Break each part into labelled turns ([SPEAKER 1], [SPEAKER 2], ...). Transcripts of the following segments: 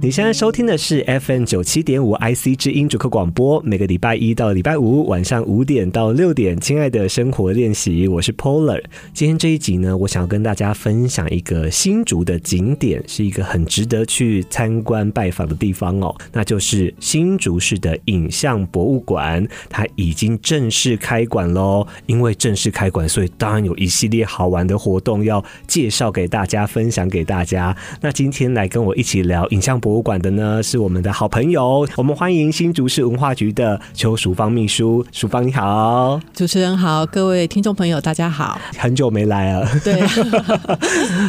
[SPEAKER 1] 你现在收听的是 FM 九七点五 IC 之音主客广播，每个礼拜一到礼拜五晚上五点到六点，《亲爱的生活练习》，我是 Polar。今天这一集呢，我想要跟大家分享一个新竹的景点，是一个很值得去参观拜访的地方哦，那就是新竹市的影像博物馆，它已经正式开馆喽。因为正式开馆，所以当然有一系列好玩的活动要介绍给大家，分享给大家。那今天来跟我一起聊影像博物馆的呢，是我们的好朋友，我们欢迎新竹市文化局的邱淑芳秘书。淑芳你好，
[SPEAKER 2] 主持人好，各位听众朋友大家 好。
[SPEAKER 1] 很久没来了。
[SPEAKER 2] 对，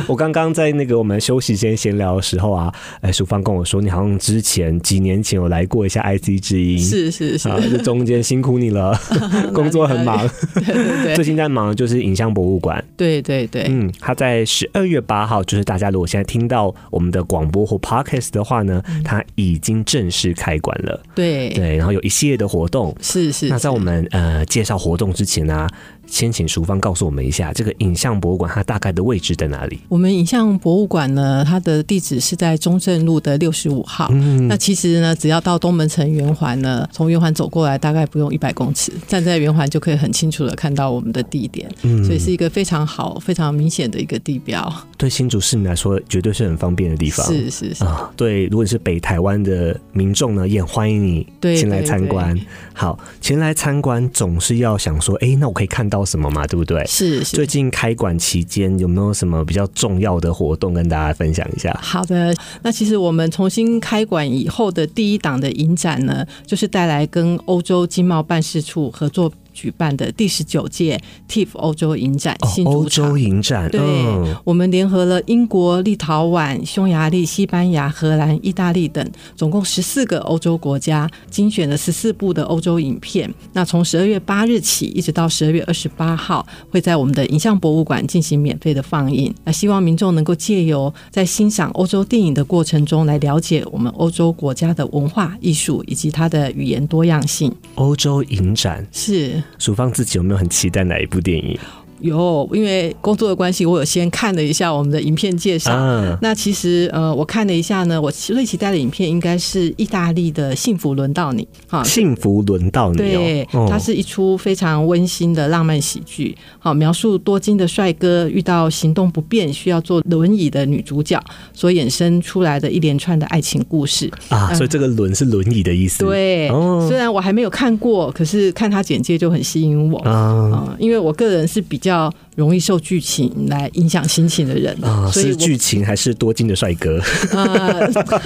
[SPEAKER 1] 我刚刚在那个我们休息间闲聊的时候啊，哎，淑芳跟我说，你好像之前几年前有来过一下 IC 之音，
[SPEAKER 2] 是是是，
[SPEAKER 1] 啊，这中间辛苦你了，工作很忙。
[SPEAKER 2] 对对
[SPEAKER 1] 最
[SPEAKER 2] 对
[SPEAKER 1] 近在忙的就是影像博物馆，
[SPEAKER 2] 对对对，
[SPEAKER 1] 嗯，它在十二月八号，就是大家如果现在听到我们的广播或 podcast 的话呢，它已经正式开馆了，
[SPEAKER 2] 嗯对
[SPEAKER 1] 对，然后有一系列的活动。
[SPEAKER 2] 是是
[SPEAKER 1] 那。在我们呃介绍活动之前呢、先请淑芳告诉我们一下这个影像博物馆它大概的位置在哪里？
[SPEAKER 2] 我们影像博物馆呢，它的地址是在中正路的六十五号。
[SPEAKER 1] 嗯
[SPEAKER 2] 那其实呢，只要到东门城圆环呢，从圆环走过来大概不用一百公尺，站在圆环就可以很清楚的看到我们的地点，
[SPEAKER 1] 嗯
[SPEAKER 2] 所以是一个非常好、非常明显的一个地标。
[SPEAKER 1] 对新竹市民来说，绝对是很方便的地方。
[SPEAKER 2] 是是是，
[SPEAKER 1] 啊，对，如果你是北台湾的民众呢，也欢迎你
[SPEAKER 2] 对
[SPEAKER 1] 前来
[SPEAKER 2] 对
[SPEAKER 1] 参
[SPEAKER 2] 对
[SPEAKER 1] 观。好，前来参观总是要想说，诶，那我可以看到什么嘛，对不对？
[SPEAKER 2] 是是
[SPEAKER 1] 最。近开馆期间有没有什么比较重要的活动跟大家分享一下？
[SPEAKER 2] 好的，那其实我们重新开馆以后的第一档的影展呢，就是带来跟欧洲经贸办事处合作举办的第十九届 TIFF 欧洲影展
[SPEAKER 1] 哦，
[SPEAKER 2] 新
[SPEAKER 1] 欧
[SPEAKER 2] 主场。
[SPEAKER 1] 洲影展，
[SPEAKER 2] 对
[SPEAKER 1] 嗯，
[SPEAKER 2] 我们联合了英国、立陶宛、匈牙利、西班牙、荷兰、意大利等总共十四个欧洲国家，精选了十四部的欧洲影片。那从十二月八日起，一直到十二月二十八号，会在我们的影像博物馆进行免费的放映。那希望民众能够借由在欣赏欧洲电影的过程中，来了解我们欧洲国家的文化艺术以及它的语言多样性。
[SPEAKER 1] 欧洲影展，
[SPEAKER 2] 是。
[SPEAKER 1] 淑芳自己有没有很期待哪一部电影
[SPEAKER 2] 有，因为工作的关系，我有先看了一下我们的影片介绍，
[SPEAKER 1] 啊？
[SPEAKER 2] 那其实呃，我看了一下呢，我最期待的影片应该是意大利的《幸福轮到你》哈。
[SPEAKER 1] 幸福轮到你
[SPEAKER 2] 对，
[SPEAKER 1] 哦，
[SPEAKER 2] 它是一出非常温馨的浪漫喜剧，好描述多金的帅哥遇到行动不便需要坐轮椅的女主角所衍生出来的一连串的爱情故事。
[SPEAKER 1] 哦啊，所以这个轮是轮椅的意思，
[SPEAKER 2] 嗯对，
[SPEAKER 1] 哦
[SPEAKER 2] 虽然我还没有看过，可是看它简介就很吸引我。
[SPEAKER 1] 啊
[SPEAKER 2] 嗯，因为我个人是比较容易受剧情来影响心情的人，
[SPEAKER 1] 啊，
[SPEAKER 2] 所以
[SPEAKER 1] 是
[SPEAKER 2] 我
[SPEAKER 1] 剧情还是多金的帅哥？
[SPEAKER 2] 呃，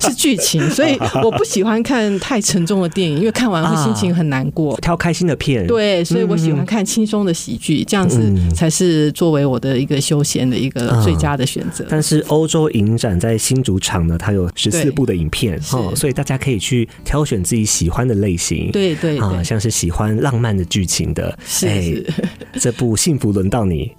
[SPEAKER 2] 是剧情，所以我不喜欢看太沉重的电影，因为看完会心情很难过。
[SPEAKER 1] 挑开心的片，，
[SPEAKER 2] 对，所以我喜欢看轻松的喜剧，这样子
[SPEAKER 1] 嗯
[SPEAKER 2] 才是作为我的一个休闲的一个最佳的选择。
[SPEAKER 1] 但是欧洲影展在新主场呢，它有十四
[SPEAKER 2] 对
[SPEAKER 1] 部的影片
[SPEAKER 2] 是
[SPEAKER 1] 哦，所以大家可以去挑选自己喜欢的类型。
[SPEAKER 2] 对对
[SPEAKER 1] 啊，
[SPEAKER 2] 对，
[SPEAKER 1] 像是喜欢浪漫的剧情的，哎
[SPEAKER 2] 是是，
[SPEAKER 1] 这部《幸福轮到你》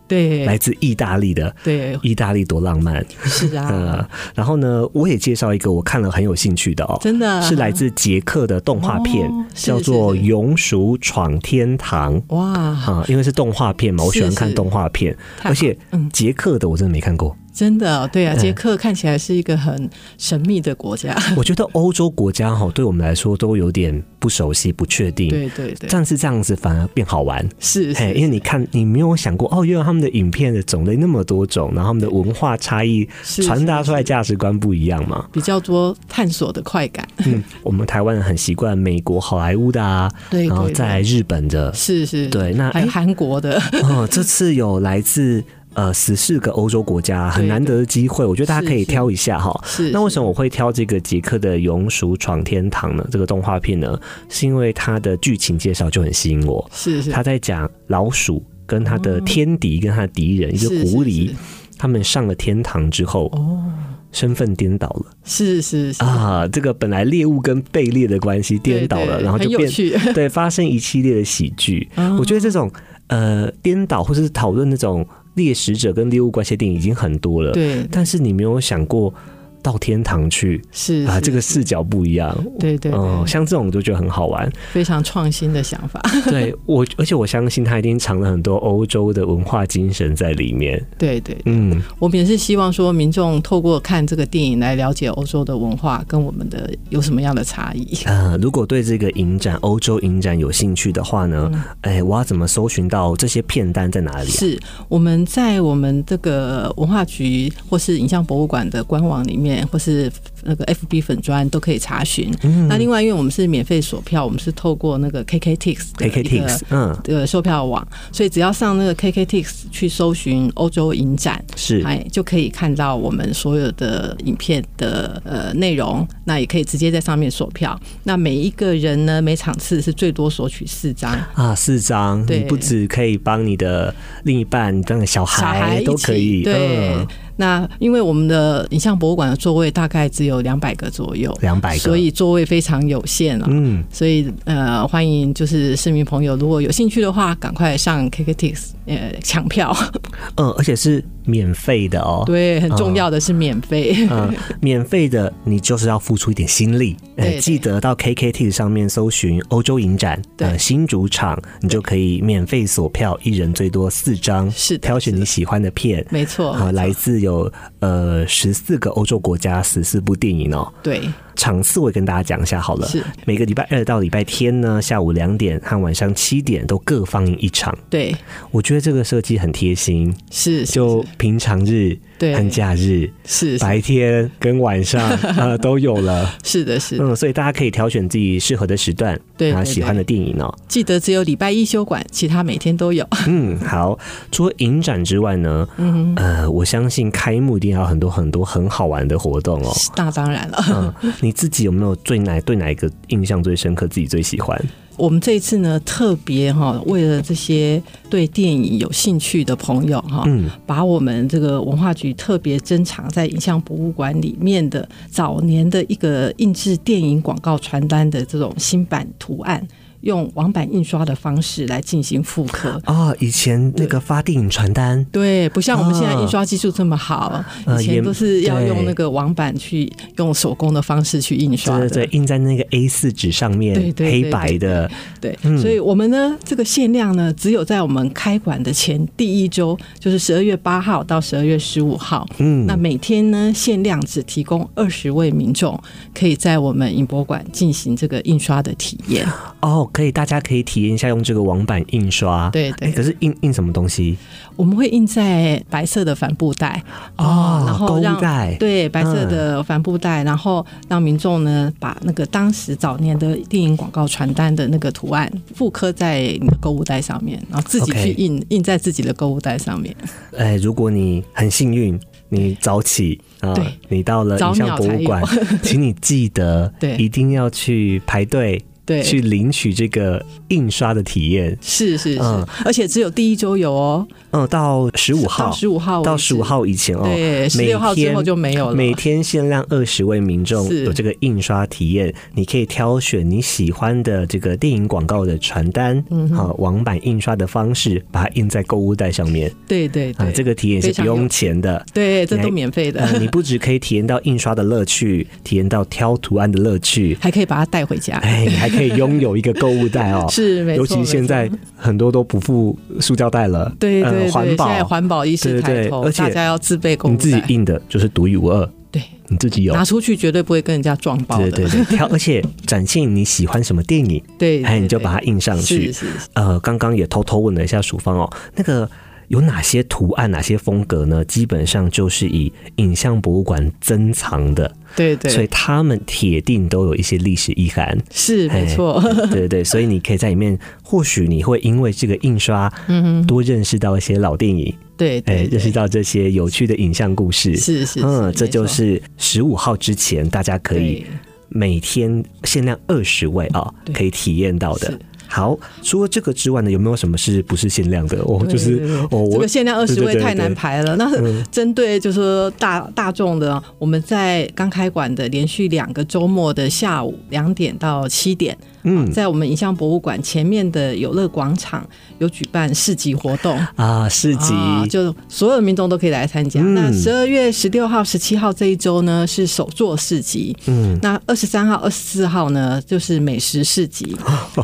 [SPEAKER 1] 来
[SPEAKER 2] 对
[SPEAKER 1] 自意大利的，
[SPEAKER 2] 对，
[SPEAKER 1] 意大利多浪漫。
[SPEAKER 2] 是啊，
[SPEAKER 1] 呃，然后呢，我也介绍一个我看了很有兴趣的哦，
[SPEAKER 2] 真的
[SPEAKER 1] 是来自捷克的动画片，
[SPEAKER 2] 哦是
[SPEAKER 1] 叫做《
[SPEAKER 2] 是是
[SPEAKER 1] 勇鼠闯天堂》。
[SPEAKER 2] 哇，
[SPEAKER 1] 啊，因为是动画片嘛，我喜欢
[SPEAKER 2] 是
[SPEAKER 1] 看
[SPEAKER 2] 是
[SPEAKER 1] 动画片，
[SPEAKER 2] 太好
[SPEAKER 1] 而且
[SPEAKER 2] 嗯
[SPEAKER 1] 捷克的我真的没看过。
[SPEAKER 2] 真的对啊，
[SPEAKER 1] 嗯
[SPEAKER 2] 捷克看起来是一个很神秘的国家，
[SPEAKER 1] 我觉得欧洲国家哈，对我们来说都有点不熟悉、不确定，
[SPEAKER 2] 对对对，
[SPEAKER 1] 但是这样子反而变好玩。
[SPEAKER 2] 是
[SPEAKER 1] 嘿，
[SPEAKER 2] 是
[SPEAKER 1] 因为你看，你没有想过哦，原来他们的影片的种类那么多种，然后他们的文化差异
[SPEAKER 2] 是
[SPEAKER 1] 传达出来
[SPEAKER 2] 是
[SPEAKER 1] 价值观不一样嘛。
[SPEAKER 2] 比较多探索的快感，
[SPEAKER 1] 嗯，我们台湾人很习惯美国好莱坞的啊，
[SPEAKER 2] 对
[SPEAKER 1] 然后
[SPEAKER 2] 对
[SPEAKER 1] 再来
[SPEAKER 2] 对
[SPEAKER 1] 日本的，
[SPEAKER 2] 是是，
[SPEAKER 1] 对，那
[SPEAKER 2] 还
[SPEAKER 1] 哎
[SPEAKER 2] 有，韩 国的，
[SPEAKER 1] 哦，这次有来自呃十四个欧洲国家，很
[SPEAKER 2] 对
[SPEAKER 1] 难得的机会，我觉得大家
[SPEAKER 2] 是
[SPEAKER 1] 可以
[SPEAKER 2] 是
[SPEAKER 1] 挑一下哈。
[SPEAKER 2] 是
[SPEAKER 1] 那为什
[SPEAKER 2] 么？
[SPEAKER 1] 么我会挑这个捷克的《勇鼠闯天堂》呢？这个动画片呢，是因为它的剧情介绍就很吸引我。
[SPEAKER 2] 是是，
[SPEAKER 1] 它在讲老鼠跟它的天敌跟它的敌人，一
[SPEAKER 2] 是
[SPEAKER 1] 个
[SPEAKER 2] 哦是
[SPEAKER 1] 狐狸
[SPEAKER 2] 是，
[SPEAKER 1] 他们上了天堂之后，
[SPEAKER 2] 哦，
[SPEAKER 1] 身份颠倒了
[SPEAKER 2] 是是是，
[SPEAKER 1] 啊！这个本来猎物跟被猎的关系
[SPEAKER 2] 对
[SPEAKER 1] 颠倒了，
[SPEAKER 2] 对
[SPEAKER 1] 然后就
[SPEAKER 2] 很有
[SPEAKER 1] 变
[SPEAKER 2] 趣，
[SPEAKER 1] 对发生一系列的喜剧。
[SPEAKER 2] 嗯
[SPEAKER 1] 我觉得这种呃颠倒或是讨论那种猎食者跟猎物关系的电影已经很多了，
[SPEAKER 2] 对
[SPEAKER 1] 但是你没有想过，到天堂去
[SPEAKER 2] 是
[SPEAKER 1] 啊，
[SPEAKER 2] 是
[SPEAKER 1] 这个视角不一样。
[SPEAKER 2] 对对对
[SPEAKER 1] 嗯，像这种我就觉得很好 玩。
[SPEAKER 2] 非常创新的想法。
[SPEAKER 1] 对我，而且我相信他一定藏了很多欧洲的文化精神在里面。
[SPEAKER 2] 对对，
[SPEAKER 1] 嗯，
[SPEAKER 2] 我们也是希望说，民众透过看这个电影来了解欧洲的文化跟我们的有什么样的差异。
[SPEAKER 1] 呃，如果对这个影展欧洲影展有兴趣的话呢，哎、我要怎么搜寻到这些片单在哪里、啊？
[SPEAKER 2] 嗯是我们在我们这个文化局或是影像博物馆的官网里面，或是那个 FB 粉砖都可以查询。
[SPEAKER 1] 嗯
[SPEAKER 2] 那另外，因为我们是免费索票，我们是透过那个 KKTix 的
[SPEAKER 1] KKTix，嗯，
[SPEAKER 2] 呃售票网，所以只要上那个 KKTix 去搜寻欧洲影展，
[SPEAKER 1] 是
[SPEAKER 2] 哎，就可以看到我们所有的影片的呃内容，那也可以直接在上面索票。那每一个人呢，每场次是最多索取四张，
[SPEAKER 1] 啊，四张，
[SPEAKER 2] 对
[SPEAKER 1] 你不只可以帮你的另一半，你当个小
[SPEAKER 2] 小孩
[SPEAKER 1] 孩
[SPEAKER 2] 一
[SPEAKER 1] 都
[SPEAKER 2] 起
[SPEAKER 1] 可以，嗯
[SPEAKER 2] 对，那因为我们的影像博物馆的座位大概只有两百个左右，
[SPEAKER 1] 200个
[SPEAKER 2] 所以座位非常有限啊。
[SPEAKER 1] 嗯，
[SPEAKER 2] 所以呃，欢迎就是市民朋友，如果有兴趣的话，赶快上 KKTix 呃抢票，
[SPEAKER 1] 嗯嗯，而且是免费的哦。
[SPEAKER 2] 对，很重要的是免费。
[SPEAKER 1] 呃，免费的你就是要付出一点心力，
[SPEAKER 2] 对
[SPEAKER 1] 呃，
[SPEAKER 2] 对
[SPEAKER 1] 记得到 KKT 上面搜寻欧洲影展，
[SPEAKER 2] 对
[SPEAKER 1] 呃，新主场，你就可以免费索票，一人最多四张，
[SPEAKER 2] 是的
[SPEAKER 1] 挑选
[SPEAKER 2] 是
[SPEAKER 1] 你
[SPEAKER 2] 的
[SPEAKER 1] 喜欢的片，
[SPEAKER 2] 没错
[SPEAKER 1] 啊、
[SPEAKER 2] 没错
[SPEAKER 1] 来自有呃十四个欧洲国家十四部电影哦。
[SPEAKER 2] 对，
[SPEAKER 1] 场次我也跟大家讲一下好了，
[SPEAKER 2] 是
[SPEAKER 1] 每个礼拜二到礼拜天呢，下午两点和晚上七点都各放映一场。
[SPEAKER 2] 对，
[SPEAKER 1] 我觉得这个设计很贴心，
[SPEAKER 2] 是是
[SPEAKER 1] 就平常日
[SPEAKER 2] 对
[SPEAKER 1] 和假日，
[SPEAKER 2] 是是
[SPEAKER 1] 白天跟晚 上呃都有了。
[SPEAKER 2] 是的是的，
[SPEAKER 1] 嗯，所以大家可以挑选自己适合的时段，
[SPEAKER 2] 对
[SPEAKER 1] 啊
[SPEAKER 2] 对
[SPEAKER 1] 喜欢的电影哦。
[SPEAKER 2] 记得只有礼拜一休馆，其他每天都有。
[SPEAKER 1] 嗯，好。除了影展之外呢，嗯，呃，我相信开幕一定要有很多很多很好玩的活动哦。
[SPEAKER 2] 那当然了。
[SPEAKER 1] 嗯，你自己有没有最哪对哪一个印象最深刻，自己最喜欢？
[SPEAKER 2] 我们这一次呢，特别哈、为了这些对电影有兴趣的朋友哈、
[SPEAKER 1] 嗯
[SPEAKER 2] 把我们这个文化局特别珍藏在影像博物馆里面的早年的一个印制电影广告传单的这种新版图案，用网版印刷的方式来进行复刻。
[SPEAKER 1] 啊、以前那个发电影传单，
[SPEAKER 2] 对，不像我们现在印刷技术这么好，
[SPEAKER 1] 呃
[SPEAKER 2] 以前都是要
[SPEAKER 1] 也对
[SPEAKER 2] 用那个网版去用手工的方式去印刷的。
[SPEAKER 1] 对对对，印在那个 A 四纸上面，
[SPEAKER 2] 对对对
[SPEAKER 1] 黑白的，
[SPEAKER 2] 对，
[SPEAKER 1] 嗯
[SPEAKER 2] 所以我们呢，这个限量呢，只有在我们开馆的前第一周，就是十二月八号到十二月十五号。
[SPEAKER 1] 嗯
[SPEAKER 2] 那每天呢，限量只提供二十位民众，可以在我们影博馆进行这个印刷的体验。
[SPEAKER 1] 哦，可以，大家可以体验一下用这个网版印刷。
[SPEAKER 2] 对对
[SPEAKER 1] 诶可是印印什么东西？
[SPEAKER 2] 我们会印在白色的帆布袋
[SPEAKER 1] 哦
[SPEAKER 2] 然
[SPEAKER 1] 购
[SPEAKER 2] 后
[SPEAKER 1] 物
[SPEAKER 2] 让
[SPEAKER 1] 袋
[SPEAKER 2] 对白色的帆布袋，然后让民众呢把那个当时早年的电影广告传单的那个图案复刻在你的购物袋上面，然后自己
[SPEAKER 1] OK
[SPEAKER 2] 去印印在自己的购物袋上面。
[SPEAKER 1] 哎，如果你很幸运，你早起啊、
[SPEAKER 2] 对
[SPEAKER 1] 你到了
[SPEAKER 2] 早
[SPEAKER 1] 影像博物馆
[SPEAKER 2] 鸟，
[SPEAKER 1] 请你记得，
[SPEAKER 2] 对
[SPEAKER 1] 一定要去排队，
[SPEAKER 2] 对
[SPEAKER 1] 去领取这个印刷的体验。
[SPEAKER 2] 是是是，
[SPEAKER 1] 嗯
[SPEAKER 2] 而且只有第一周有哦，
[SPEAKER 1] 嗯，到十五号，
[SPEAKER 2] 到15号为止
[SPEAKER 1] 到15号以前哦，
[SPEAKER 2] 对
[SPEAKER 1] 每
[SPEAKER 2] 16号之后就没有了
[SPEAKER 1] 天每天限量二十位民众
[SPEAKER 2] 是
[SPEAKER 1] 有这个印刷体验，你可以挑选你喜欢的这个电影广告的传单，嗯，好、网版印刷的方式，把它印在购物袋上面
[SPEAKER 2] 对对对，
[SPEAKER 1] 啊，这个体验是
[SPEAKER 2] 非
[SPEAKER 1] 不
[SPEAKER 2] 常有
[SPEAKER 1] 用钱的。
[SPEAKER 2] 对，这
[SPEAKER 1] 你
[SPEAKER 2] 都
[SPEAKER 1] 还
[SPEAKER 2] 免费
[SPEAKER 1] 呃
[SPEAKER 2] 的，
[SPEAKER 1] 你不只可以体验到印刷的乐趣，体验到挑图案的乐趣，
[SPEAKER 2] 还可以把它带回家。
[SPEAKER 1] 哎，你还可以拥有一个购物袋哦。
[SPEAKER 2] 是没错
[SPEAKER 1] 尤其现在
[SPEAKER 2] 没
[SPEAKER 1] 很多都不附塑胶袋了，
[SPEAKER 2] 对对对，
[SPEAKER 1] 呃、环
[SPEAKER 2] 现
[SPEAKER 1] 保，
[SPEAKER 2] 在环保意识
[SPEAKER 1] 对对
[SPEAKER 2] 抬
[SPEAKER 1] 对
[SPEAKER 2] 头，
[SPEAKER 1] 而且
[SPEAKER 2] 大家要自备购物
[SPEAKER 1] 你
[SPEAKER 2] 袋，
[SPEAKER 1] 自己印的就是独一无二，
[SPEAKER 2] 对，
[SPEAKER 1] 你自己有
[SPEAKER 2] 拿。出去绝对不会跟人家撞包的。
[SPEAKER 1] 对对对，挑而且展现你喜欢什么电影，
[SPEAKER 2] 对
[SPEAKER 1] 哎，
[SPEAKER 2] 对
[SPEAKER 1] 你就把它印上去
[SPEAKER 2] 是。是是
[SPEAKER 1] 呃，刚刚也偷偷问了一下淑芳哦，那个有哪些图案、哪些风格呢？基本上就是以影像博物馆珍藏的，
[SPEAKER 2] 对对，
[SPEAKER 1] 所以他们铁定都有一些历史意 涵。
[SPEAKER 2] 是没
[SPEAKER 1] 哎
[SPEAKER 2] 错。
[SPEAKER 1] 对对，所以你可以在里面，或许你会因为这个印刷，
[SPEAKER 2] 嗯
[SPEAKER 1] 多认识到一些老电影，
[SPEAKER 2] 对
[SPEAKER 1] 哎、
[SPEAKER 2] 对，对
[SPEAKER 1] 认识到这些有趣的影像故事。
[SPEAKER 2] 是是，
[SPEAKER 1] 嗯，
[SPEAKER 2] 是
[SPEAKER 1] 这就
[SPEAKER 2] 没错
[SPEAKER 1] 是十五号之前大家可以
[SPEAKER 2] 对
[SPEAKER 1] 每天限量二十位啊、
[SPEAKER 2] 对
[SPEAKER 1] 可以体验到的
[SPEAKER 2] 是。
[SPEAKER 1] 好，除了这个之外呢，有没有什么是不是限量的？哦，
[SPEAKER 2] 对
[SPEAKER 1] 就是
[SPEAKER 2] 对对
[SPEAKER 1] 哦，我
[SPEAKER 2] 这个限量二十
[SPEAKER 1] 对
[SPEAKER 2] 位
[SPEAKER 1] 对对嗯
[SPEAKER 2] 太难排了。那针对就是说大大众的，我们在刚开馆的连续两个周末的下午两点到七点，啊
[SPEAKER 1] 嗯
[SPEAKER 2] 在我们影像博物馆前面的有乐广场有举办市集活动。
[SPEAKER 1] 啊，市集，
[SPEAKER 2] 啊，就所有的民众都可以来参加。
[SPEAKER 1] 嗯
[SPEAKER 2] 那十二月十六号、十七号这一周呢是手作市集，
[SPEAKER 1] 嗯，
[SPEAKER 2] 那二十三号、二十四号呢就是美食 市集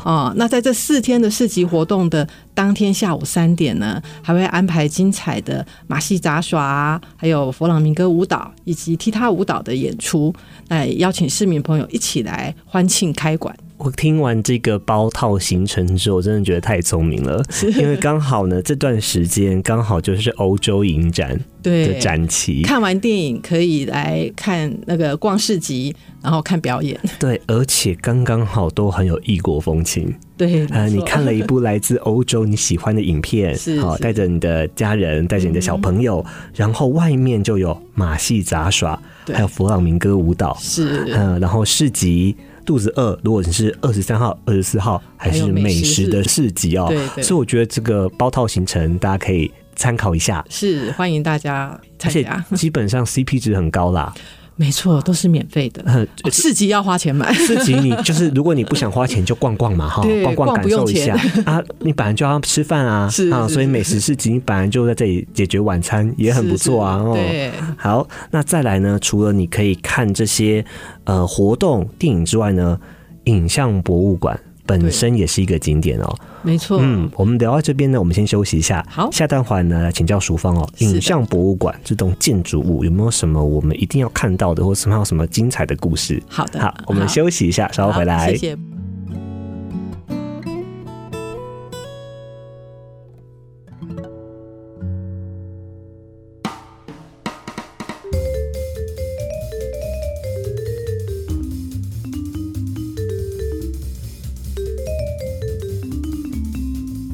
[SPEAKER 2] 啊、那在这四天的市集活动的当天下午三点呢，还会安排精彩的马戏杂耍啊，还有佛朗明哥舞蹈以及踢踏舞蹈的演出，来邀请市民朋友一起来欢庆开馆。
[SPEAKER 1] 我听完这个包套行程之后，我真的觉得太聪明了，因为刚好呢这段时间刚好就是欧洲影展的
[SPEAKER 2] 对，
[SPEAKER 1] 展期，
[SPEAKER 2] 看完电影可以来看那个逛市集，然后看表演。
[SPEAKER 1] 对，而且刚刚好都很有异国风情。
[SPEAKER 2] 对，
[SPEAKER 1] 呃，
[SPEAKER 2] 没
[SPEAKER 1] 你
[SPEAKER 2] 错
[SPEAKER 1] 看了一部来自欧洲你喜欢的影片，
[SPEAKER 2] 是
[SPEAKER 1] 好，
[SPEAKER 2] 是嗯
[SPEAKER 1] 带着你的家人，带着你的小朋友，然后外面就有马戏杂耍，
[SPEAKER 2] 对
[SPEAKER 1] 还有佛朗明哥舞蹈，
[SPEAKER 2] 是
[SPEAKER 1] 嗯、然后市集。肚子饿，如果你是二十三号、二十四号，还
[SPEAKER 2] 还有
[SPEAKER 1] 是
[SPEAKER 2] 美
[SPEAKER 1] 美
[SPEAKER 2] 食
[SPEAKER 1] 食的市集哦，
[SPEAKER 2] 对对
[SPEAKER 1] 所以我觉得这个包套行程大家可以参考一下，
[SPEAKER 2] 是，欢迎大家
[SPEAKER 1] 而
[SPEAKER 2] 参
[SPEAKER 1] 且
[SPEAKER 2] 加。
[SPEAKER 1] 基本上 CP 值很高啦。
[SPEAKER 2] 没错，都是免费的。
[SPEAKER 1] 嗯
[SPEAKER 2] 哦市集要花钱买，
[SPEAKER 1] 市集你就是，如果你不想花钱就逛逛嘛，哈，
[SPEAKER 2] 对
[SPEAKER 1] 逛
[SPEAKER 2] 逛
[SPEAKER 1] 感
[SPEAKER 2] 不用
[SPEAKER 1] 受一下
[SPEAKER 2] 钱
[SPEAKER 1] 啊。你本来就要吃饭啊，
[SPEAKER 2] 是
[SPEAKER 1] 啊，
[SPEAKER 2] 是
[SPEAKER 1] 所以
[SPEAKER 2] 是
[SPEAKER 1] 美食市集你本来就在这里解决晚餐，也很不错啊。
[SPEAKER 2] 是是
[SPEAKER 1] 哦，
[SPEAKER 2] 对，
[SPEAKER 1] 好，那再来呢？除了你可以看这些呃活动、电影之外呢，影像博物馆本
[SPEAKER 2] 对
[SPEAKER 1] 身也是一个景点哦。
[SPEAKER 2] 没错。
[SPEAKER 1] 嗯，我们聊到这边呢，我们先休息一下。
[SPEAKER 2] 好
[SPEAKER 1] 下段环呢，来请教淑芳哦。
[SPEAKER 2] 是的
[SPEAKER 1] 影像博物馆这栋建筑物有没有什么我们一定要看到的，或什么有什么精彩的故事？
[SPEAKER 2] 好的，
[SPEAKER 1] 好，我们
[SPEAKER 2] 好
[SPEAKER 1] 休息一下，稍后
[SPEAKER 2] 好
[SPEAKER 1] 回来。
[SPEAKER 2] 谢谢。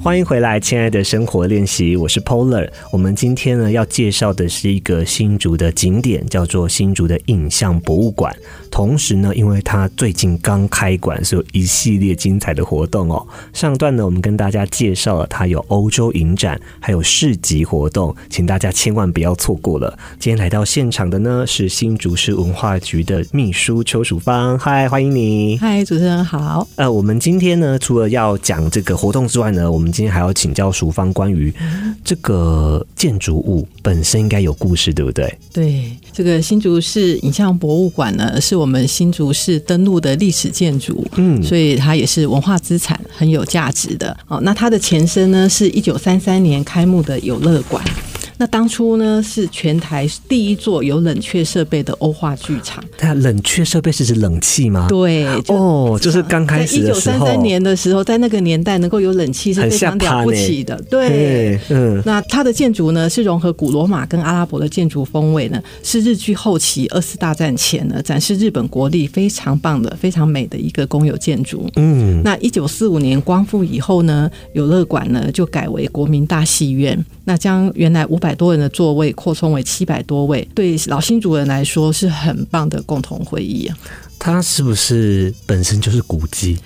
[SPEAKER 1] 欢迎回来，亲爱的生活练习，我是 Polar。我们今天呢要介绍的是一个新竹的景点，叫做新竹的影像博物馆。同时呢，因为它最近刚开馆，所以有一系列精彩的活动哦。上段呢，我们跟大家介绍了它有欧洲影展，还有市集活动，请大家千万不要错过了。今天来到现场的呢是新竹市文化局的秘书邱淑芳，嗨，欢迎你。
[SPEAKER 2] 嗨，主持人好。
[SPEAKER 1] 呃，我们今天呢，除了要讲这个活动之外呢，我们今天还要请教淑芳关于这个建筑物本身应该有故事，对不对？
[SPEAKER 2] 对，这个新竹市影像博物馆呢，是我们新竹市登陆的历史建筑。
[SPEAKER 1] 嗯
[SPEAKER 2] 所以它也是文化资产，很有价值的。哦，那它的前身呢，是一九三三年开幕的游乐馆。那当初呢，是全台第一座有冷却设备的欧化剧场。
[SPEAKER 1] 它冷却设备是指冷气吗？
[SPEAKER 2] 对，就啊
[SPEAKER 1] 哦，就是刚开始
[SPEAKER 2] 在一
[SPEAKER 1] 的
[SPEAKER 2] 九
[SPEAKER 1] 时
[SPEAKER 2] 三
[SPEAKER 1] 候，
[SPEAKER 2] 三年的时候，在那个年代能够有冷气是
[SPEAKER 1] 很
[SPEAKER 2] 非常
[SPEAKER 1] 下趴
[SPEAKER 2] 了不
[SPEAKER 1] 呢
[SPEAKER 2] 起的。对
[SPEAKER 1] 对，，嗯，
[SPEAKER 2] 那它的建筑呢，是融合古罗马跟阿拉伯的建筑风味呢，是日据后期二次大战前呢，展示日本国力非常棒的、非常美的一个公有建筑。
[SPEAKER 1] 嗯，
[SPEAKER 2] 那一九四五年光复以后呢，游乐馆呢就改为国民大戏院，那将原来五百多人的座位扩充为七百多位，对老新主人来说是很棒的共同回忆啊。
[SPEAKER 1] 它是不是本身就是古迹？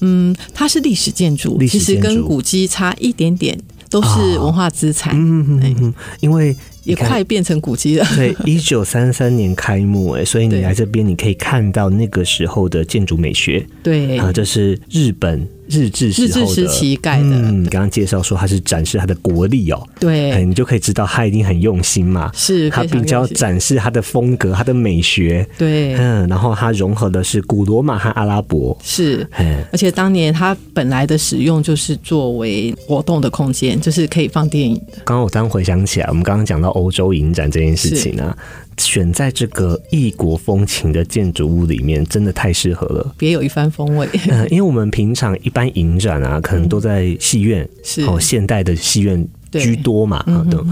[SPEAKER 2] 嗯，它是历史建筑，
[SPEAKER 1] 历史
[SPEAKER 2] 其实
[SPEAKER 1] 建
[SPEAKER 2] 跟
[SPEAKER 1] 筑
[SPEAKER 2] 古迹差一点点，都是文化资产，
[SPEAKER 1] 嗯，嗯嗯因为你
[SPEAKER 2] 也
[SPEAKER 1] 看
[SPEAKER 2] 快变成古迹 了。
[SPEAKER 1] 对，一九三三年开幕，哎，所以你
[SPEAKER 2] 对
[SPEAKER 1] 来这边，你可以看到那个时候的建筑美学。
[SPEAKER 2] 对
[SPEAKER 1] 啊，这是日本日治时
[SPEAKER 2] 日
[SPEAKER 1] 候的
[SPEAKER 2] 治时期盖的
[SPEAKER 1] 嗯，刚刚介绍说它是展示它的国力哦，哎，
[SPEAKER 2] 对，
[SPEAKER 1] 你就可以知道它一定很用心嘛。
[SPEAKER 2] 是
[SPEAKER 1] 它
[SPEAKER 2] 非常
[SPEAKER 1] 比较
[SPEAKER 2] 用心
[SPEAKER 1] 展示它的风格、它的美学，
[SPEAKER 2] 对。
[SPEAKER 1] 嗯，然后它融合的是古罗马和阿拉伯，
[SPEAKER 2] 是，
[SPEAKER 1] 嗯，
[SPEAKER 2] 而且当年它本来的使用就是作为活动的空间，就是可以放电影的。
[SPEAKER 1] 刚刚我突然回想起来，我们刚刚讲到欧洲影展这件事情啊，选在这个异国风情的建筑物里面，真的太适合了。
[SPEAKER 2] 别有一番风味。
[SPEAKER 1] 嗯，因为我们平常一般影展啊，可
[SPEAKER 2] 嗯
[SPEAKER 1] 能都在戏院，
[SPEAKER 2] 是
[SPEAKER 1] 哦，现代的戏院
[SPEAKER 2] 对嗯
[SPEAKER 1] 居多嘛，啊等。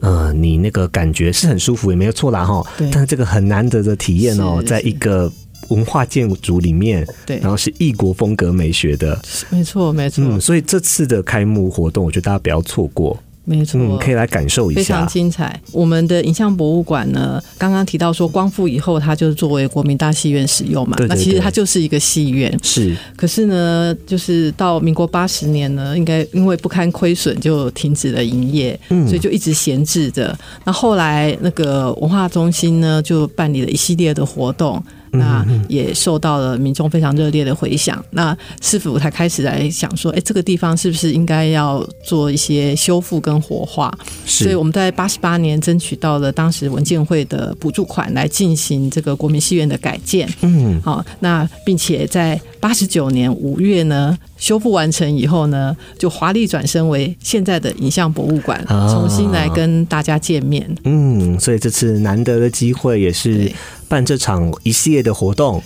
[SPEAKER 1] 呃，你那个感觉是很舒服，也没有错啦哈。
[SPEAKER 2] 对
[SPEAKER 1] 但是这个很难得的体验哦，
[SPEAKER 2] 是
[SPEAKER 1] 在一个文化建筑里面，
[SPEAKER 2] 对
[SPEAKER 1] 然，后是异国风格美学的，
[SPEAKER 2] 没错，没错，
[SPEAKER 1] 哦嗯，所以这次的开幕活动，我觉得大家不要错过，
[SPEAKER 2] 没错。
[SPEAKER 1] 嗯，可以来感受一
[SPEAKER 2] 非常
[SPEAKER 1] 下。
[SPEAKER 2] 精彩。我们的影像博物馆呢，刚刚提到说光复以后，它就是作为国民大戏院使用嘛。
[SPEAKER 1] 对对
[SPEAKER 2] 那其实
[SPEAKER 1] 对
[SPEAKER 2] 它就是一个戏院，
[SPEAKER 1] 是，
[SPEAKER 2] 可是呢，就是到民国八十年呢，应该因为不堪亏损就停止了营业，
[SPEAKER 1] 嗯
[SPEAKER 2] 所以就一直闲置着。那后来那个文化中心呢，就办理了一系列的活动。那
[SPEAKER 1] 嗯
[SPEAKER 2] 也受到了民众非常热烈的回响。那市府才开始来想说，哎，这个地方是不是应该要做一些修复跟活化？所以
[SPEAKER 1] 是
[SPEAKER 2] 我们在八十八年争取到了当时文建会的补助款来进行这个国民戏院的改建。
[SPEAKER 1] 嗯，
[SPEAKER 2] 好，那并且在八十九年五月呢，修复完成以后呢，就华丽转身为现在的影像博物馆，
[SPEAKER 1] 啊
[SPEAKER 2] 重新来跟大家见面。
[SPEAKER 1] 嗯，所以这次难得的机会，也是
[SPEAKER 2] 对嗯
[SPEAKER 1] 办这场一系列的活动，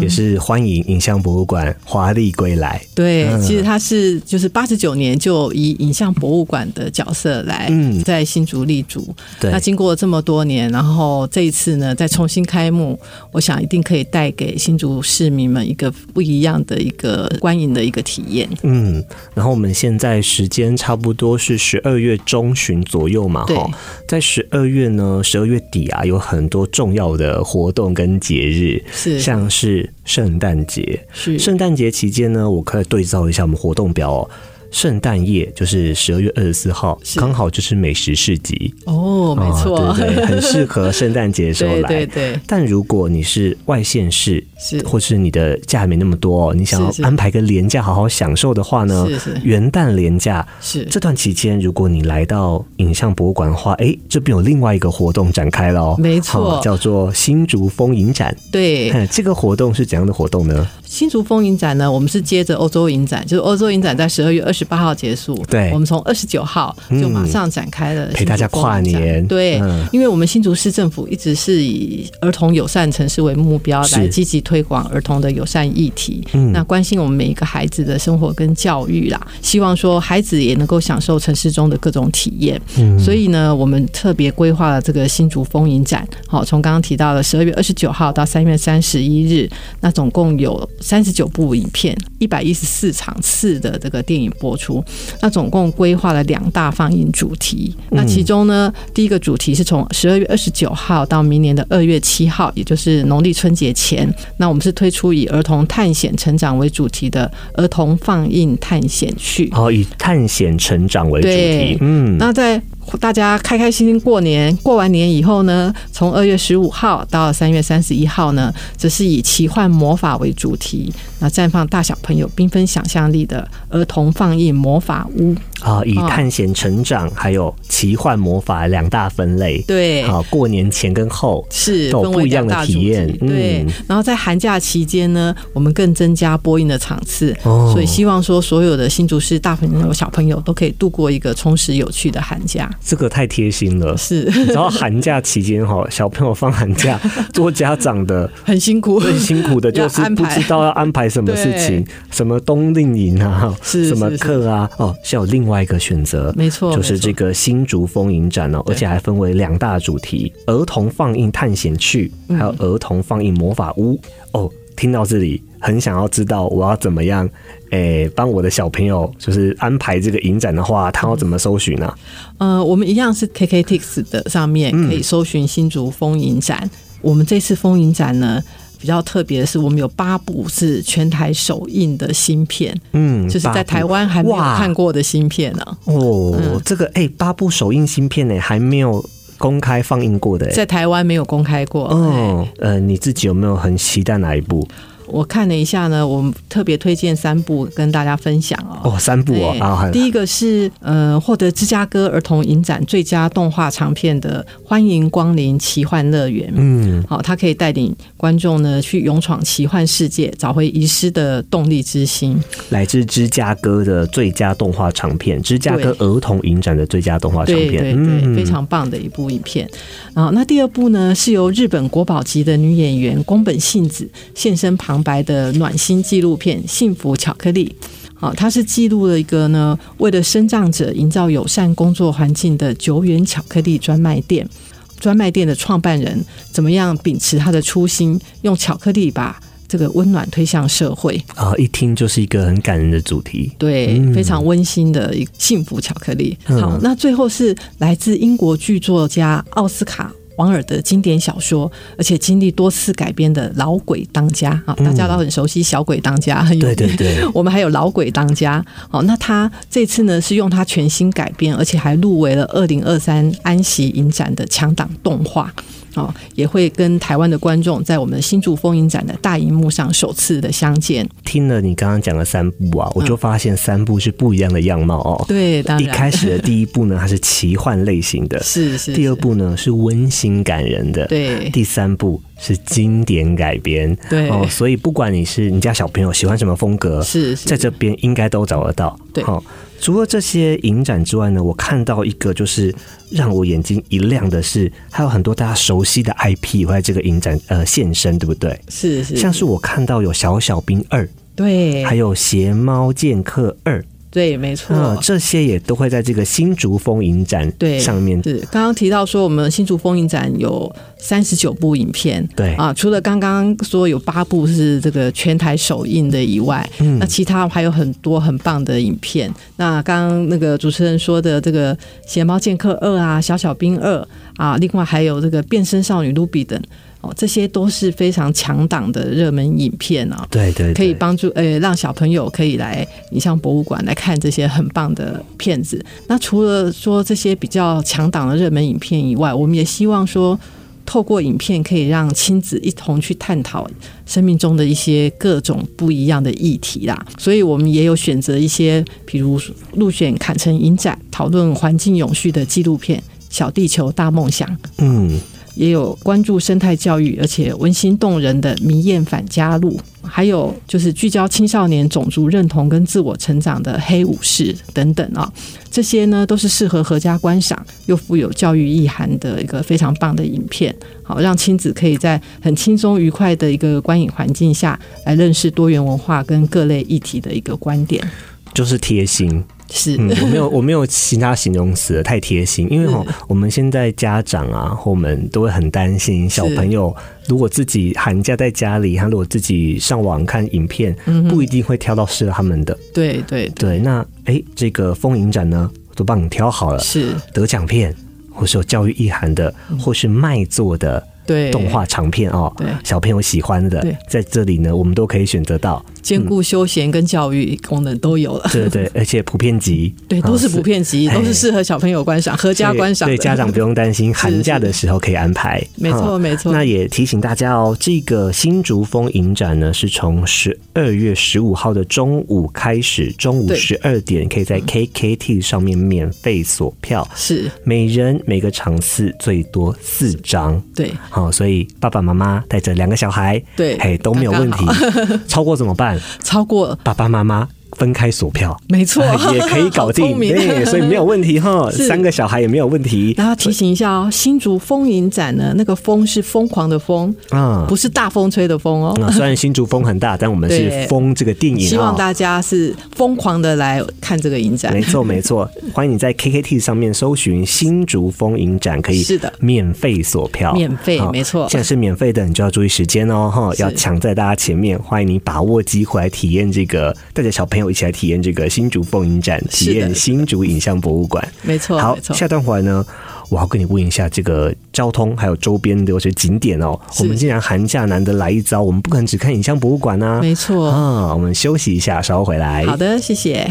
[SPEAKER 1] 也是欢迎影像博物馆华丽归来。
[SPEAKER 2] 对，其实它是就是八十九年就以影像博物馆的角色来
[SPEAKER 1] 嗯
[SPEAKER 2] 在新竹立足。
[SPEAKER 1] 对
[SPEAKER 2] 那，经过这么多年，然后这一次呢再重新开幕，我想一定可以带给新竹市民们一个不一样的一个观影的一个体验。
[SPEAKER 1] 嗯，然后我们现在时间差不多是十二月中旬左右嘛，
[SPEAKER 2] 对
[SPEAKER 1] 哈，在十二月呢，十二月底啊，有很多重要的活动跟节日，
[SPEAKER 2] 是
[SPEAKER 1] 像是圣诞节。
[SPEAKER 2] 是
[SPEAKER 1] 圣诞节期间呢，我可以对照一下我们活动表哦。圣诞夜就是十二月二十四号，
[SPEAKER 2] 是
[SPEAKER 1] 刚好就是美食市集，
[SPEAKER 2] 哦，没错，
[SPEAKER 1] 啊对对，很适合圣诞节的时候来。
[SPEAKER 2] 对对对
[SPEAKER 1] 但如果你是外县市，
[SPEAKER 2] 是
[SPEAKER 1] 或是你的假没那么多，哦你想要
[SPEAKER 2] 是是
[SPEAKER 1] 安排个廉假好好享受的话呢，
[SPEAKER 2] 是是
[SPEAKER 1] 元旦廉假
[SPEAKER 2] 是
[SPEAKER 1] 这段期间，如果你来到影像博物馆的话，哎，这边有另外一个活动展开了哦，
[SPEAKER 2] 没错
[SPEAKER 1] 好叫做新竹风影展。
[SPEAKER 2] 对
[SPEAKER 1] 哎这个活动是怎样的活动呢？
[SPEAKER 2] 新竹风影展呢，我们是接着欧洲影展，就是欧洲影展在十二月二十八号结束，
[SPEAKER 1] 对
[SPEAKER 2] 我们从二十九号就马上展开了、
[SPEAKER 1] 陪大家跨年
[SPEAKER 2] 对，
[SPEAKER 1] 嗯
[SPEAKER 2] 因为我们新竹市政府一直是以儿童友善城市为目标，
[SPEAKER 1] 是
[SPEAKER 2] 来积极推广儿童的友善议题，
[SPEAKER 1] 嗯
[SPEAKER 2] 那关心我们每一个孩子的生活跟教育啦，希望说孩子也能够享受城市中的各种体验，
[SPEAKER 1] 嗯
[SPEAKER 2] 所以呢，我们特别规划了这个新竹风影展。好，从刚刚提到的十二月二十九号到三月三十一日，那总共有三十九部影片，一百一十四场次的这个电影播出。那总共规划了两大放映主题。那其中呢，第一个主题是从十二月二十九号到明年的二月七号，也就是农历春节前。那我们是推出以儿童探险成长为主题的儿童放映探险剧。
[SPEAKER 1] 好，以探险成长为主题
[SPEAKER 2] 对，
[SPEAKER 1] 嗯，
[SPEAKER 2] 那在大家开开心心过年，过完年以后呢，从二月十五号到三月三十一号呢，则是以奇幻魔法为主题，那绽放大小朋友缤纷想象力的儿童放映魔法屋。
[SPEAKER 1] 啊，以
[SPEAKER 2] 哦
[SPEAKER 1] 探险成长还有奇幻魔法两大分类，
[SPEAKER 2] 对
[SPEAKER 1] 好，过年前跟后，
[SPEAKER 2] 是
[SPEAKER 1] 都有
[SPEAKER 2] 分为
[SPEAKER 1] 不一样
[SPEAKER 2] 两
[SPEAKER 1] 的
[SPEAKER 2] 大
[SPEAKER 1] 体
[SPEAKER 2] 主题
[SPEAKER 1] 验嗯
[SPEAKER 2] 对。然后在寒假期间呢，我们更增加播映的场次，
[SPEAKER 1] 哦
[SPEAKER 2] 所以希望说所有的新竹市大朋友、小朋友都可以度过一个充实有趣的寒假。
[SPEAKER 1] 这个太贴心了。
[SPEAKER 2] 是
[SPEAKER 1] 你知道寒假期间哈，小朋友放寒假，做家长的
[SPEAKER 2] 很辛苦，
[SPEAKER 1] 最辛苦的就是
[SPEAKER 2] 要安
[SPEAKER 1] 不
[SPEAKER 2] 排
[SPEAKER 1] 知道要安排什么事情，什么冬令营啊，
[SPEAKER 2] 是
[SPEAKER 1] 什么
[SPEAKER 2] 是是
[SPEAKER 1] 课啊，哦，是有另外一个选择，
[SPEAKER 2] 没错
[SPEAKER 1] 就是
[SPEAKER 2] 没错
[SPEAKER 1] 这个新竹风影展哦，而且还分为两大主题：儿童放映探险去，
[SPEAKER 2] 嗯
[SPEAKER 1] 还有儿童放映魔法屋。哦，听到这里，很想要知道我要怎么样。诶，帮我的小朋友就是安排这个影展的话，他要怎么搜寻啊呢、
[SPEAKER 2] 呃，我们一样是 KKTix 的上面
[SPEAKER 1] 嗯
[SPEAKER 2] 可以搜寻新竹风影展。我们这次风影展呢。比较特别的是，我们有八部是全台首映的新片，
[SPEAKER 1] 嗯，
[SPEAKER 2] 就是在台湾还没有
[SPEAKER 1] 哇
[SPEAKER 2] 看过的新片呢、
[SPEAKER 1] 哦，
[SPEAKER 2] 嗯
[SPEAKER 1] 这个哎、八部首映新片呢，还没有公开放映过的哎。
[SPEAKER 2] 在台湾没有公开过。哎
[SPEAKER 1] 哦，呃，你自己有没有很期待哪一部？
[SPEAKER 2] 我看了一下呢，我们特别推荐三部跟大家分享哦。
[SPEAKER 1] 哦，三部哦
[SPEAKER 2] 对
[SPEAKER 1] 啊，很
[SPEAKER 2] 第一个是呃，获得芝加哥儿童影展最佳动画长片的《欢迎光临奇幻乐园》。
[SPEAKER 1] 嗯，
[SPEAKER 2] 好、它可以带领观众呢去勇闯奇幻世界，找回遗失的动力之心。
[SPEAKER 1] 来自芝加哥的最佳动画长片，芝加哥儿童影展的最佳动画长
[SPEAKER 2] 对
[SPEAKER 1] 片，嗯
[SPEAKER 2] 对对，非常棒的一部影片。然后那第二部呢，是由日本国宝级的女演员宫本信子现身旁白的暖心纪录片《幸福巧克力》。好，它是记录了一个呢，为了生长者营造友善工作环境的久远巧克力专卖店。专卖店的创办人怎么样秉持他的初心，用巧克力把这个温暖推向社会？
[SPEAKER 1] 啊、一听就是一个很感人的主 题。
[SPEAKER 2] 对，非常温馨的嗯一个幸福巧克力。好，那最后是来自英国剧作家奥斯卡。王尔德经典小说，而且经历多次改编的《老鬼当家》啊，大家都很熟悉《小鬼当家》很有
[SPEAKER 1] 对
[SPEAKER 2] 名
[SPEAKER 1] 对对，
[SPEAKER 2] 我们还有《老鬼当家》哦，那他这次呢是用他全新改编，而且还入围了二零二三安息影展的强档动画。哦，也会跟台湾的观众在我们新竹风影展的大荧幕上首次的相见。
[SPEAKER 1] 听了你刚刚讲的三部啊，我就发现三部是不一样的样貌哦。
[SPEAKER 2] 对，嗯当然
[SPEAKER 1] 一开始的第一部呢，它是奇幻类型的；
[SPEAKER 2] 是是
[SPEAKER 1] 第二
[SPEAKER 2] 是
[SPEAKER 1] 部呢是温馨感人的；
[SPEAKER 2] 对
[SPEAKER 1] 第三部是经典改编。
[SPEAKER 2] 对
[SPEAKER 1] 哦，所以不管你是你家小朋友喜欢什么风格，
[SPEAKER 2] 是
[SPEAKER 1] 在
[SPEAKER 2] 是
[SPEAKER 1] 这边应该都找得到。
[SPEAKER 2] 对
[SPEAKER 1] 好、除了这些影展之外呢，我看到一个就是让我眼睛一亮的是，还有很多大家熟悉的 IP 会在这个影展呃现身，对不对？
[SPEAKER 2] 是是，
[SPEAKER 1] 像是我看到有《小小兵二》，
[SPEAKER 2] 对
[SPEAKER 1] 还有《邪猫剑客二》，
[SPEAKER 2] 对，没错。
[SPEAKER 1] 那这些也都会在这个新竹风影展
[SPEAKER 2] 对
[SPEAKER 1] 上面。
[SPEAKER 2] 是刚刚提到说，我们新竹风影展有三十九部影片，
[SPEAKER 1] 对
[SPEAKER 2] 啊，除了刚刚说有八部是这个全台首映的以外，
[SPEAKER 1] 嗯
[SPEAKER 2] 那其他还有很多很棒的影片。那刚刚那个主持人说的这个《邪猫剑客二》啊，《小小兵二》啊，另外还有这个《变身少女露比》等。哦，这些都是非常强档的热门影片啊，
[SPEAKER 1] 对对对，
[SPEAKER 2] 可以帮助呃让小朋友可以来影像博物馆来看这些很棒的片子。那除了说这些比较强档的热门影片以外，我们也希望说。透过影片可以让亲子一同去探讨生命中的一些各种不一样的议题啦，所以我们也有选择一些，比如入选坎城影展讨论环境永续的纪录片《小地球大梦想》，
[SPEAKER 1] 嗯，
[SPEAKER 2] 也有关注生态教育，而且温馨动人的《迷艳返家路》，还有就是聚焦青少年种族认同跟自我成长的《黑武士》等等啊、这些呢都是适合合家观赏又富有教育意涵的一个非常棒的影片，好让亲子可以在很轻松愉快的一个观影环境下来认识多元文化跟各类议题的一个观点。
[SPEAKER 1] 就是贴心。
[SPEAKER 2] 是，
[SPEAKER 1] 嗯，我没有我没有其他形容词，太贴心。因为
[SPEAKER 2] 嗯
[SPEAKER 1] 哈，我们现在家长啊，或我们都会很担心小朋友，如果自己寒假在家里，他如果自己上网看影片，不一定会挑到适合他们的。
[SPEAKER 2] 嗯对对对，
[SPEAKER 1] 对，那哎、诶这个风影展呢，都帮你挑好了，
[SPEAKER 2] 是，
[SPEAKER 1] 得奖片，或是有教育意涵的，或是卖座的。
[SPEAKER 2] 对
[SPEAKER 1] 动画长片哦，
[SPEAKER 2] 对
[SPEAKER 1] 小朋友喜欢的
[SPEAKER 2] 对，
[SPEAKER 1] 在这里呢，我们都可以选择到。
[SPEAKER 2] 兼顾休闲跟教育功能都有了。
[SPEAKER 1] 对 对，对而且普遍级，
[SPEAKER 2] 对，
[SPEAKER 1] 啊
[SPEAKER 2] 都是不骗级，
[SPEAKER 1] 嗯是哎
[SPEAKER 2] 都是适合小朋友观赏、合家观赏的。
[SPEAKER 1] 对对家长不用担 心，
[SPEAKER 2] 是
[SPEAKER 1] 寒假的时候可以安排。
[SPEAKER 2] 没错
[SPEAKER 1] 哈
[SPEAKER 2] 没错
[SPEAKER 1] 那也提醒大家哦，这个新竹风影展呢，是从十二月十五号的中午开始，中午
[SPEAKER 2] 对嗯
[SPEAKER 1] 十二点可以在 KKT 上面免费索票，
[SPEAKER 2] 是
[SPEAKER 1] 每人每个场次最多四张。
[SPEAKER 2] 对
[SPEAKER 1] 好、所以爸爸妈妈带着两个小孩，
[SPEAKER 2] 对
[SPEAKER 1] 嘿都没有问题
[SPEAKER 2] 刚。
[SPEAKER 1] 超过怎么办？
[SPEAKER 2] 超过，
[SPEAKER 1] 爸爸妈妈分开索票。
[SPEAKER 2] 没错
[SPEAKER 1] 啊，也可以搞
[SPEAKER 2] 好
[SPEAKER 1] 定，
[SPEAKER 2] 聪明
[SPEAKER 1] 对，所以 没有问题哈，
[SPEAKER 2] 是
[SPEAKER 1] 三个小孩也没有问题。
[SPEAKER 2] 然后提醒一下哦，新竹风影展呢，那个风是疯狂的风，
[SPEAKER 1] 啊
[SPEAKER 2] 不是大风吹的风哦。
[SPEAKER 1] 啊，虽然新竹风很大，但我们是
[SPEAKER 2] 对
[SPEAKER 1] 风这个电影啊、
[SPEAKER 2] 希望大家是疯狂的来看这个影展
[SPEAKER 1] 没。错没 错，欢迎你在 KKT 上面搜寻新竹风影展，可以
[SPEAKER 2] 是的
[SPEAKER 1] 免费索票，
[SPEAKER 2] 免费
[SPEAKER 1] 好
[SPEAKER 2] 没错
[SPEAKER 1] 现在是免费的，你就要注意时间哦，哈，
[SPEAKER 2] 是
[SPEAKER 1] 要抢在大家前面，欢迎你把握机会来体验这个，带着小朋友一起来体验这个新竹风影展，
[SPEAKER 2] 是
[SPEAKER 1] 体
[SPEAKER 2] 的
[SPEAKER 1] 验新竹影像博物馆。
[SPEAKER 2] 没错，
[SPEAKER 1] 好
[SPEAKER 2] 没，错，
[SPEAKER 1] 下段回来呢，我要跟你问一下这个交通还有周边的有些景点哦。
[SPEAKER 2] 是
[SPEAKER 1] 我们既然寒假难得来一遭，我们不可能只看影像博物馆啊。
[SPEAKER 2] 没错。
[SPEAKER 1] 啊，我们休息一下，稍后回来。
[SPEAKER 2] 哦好的，谢谢。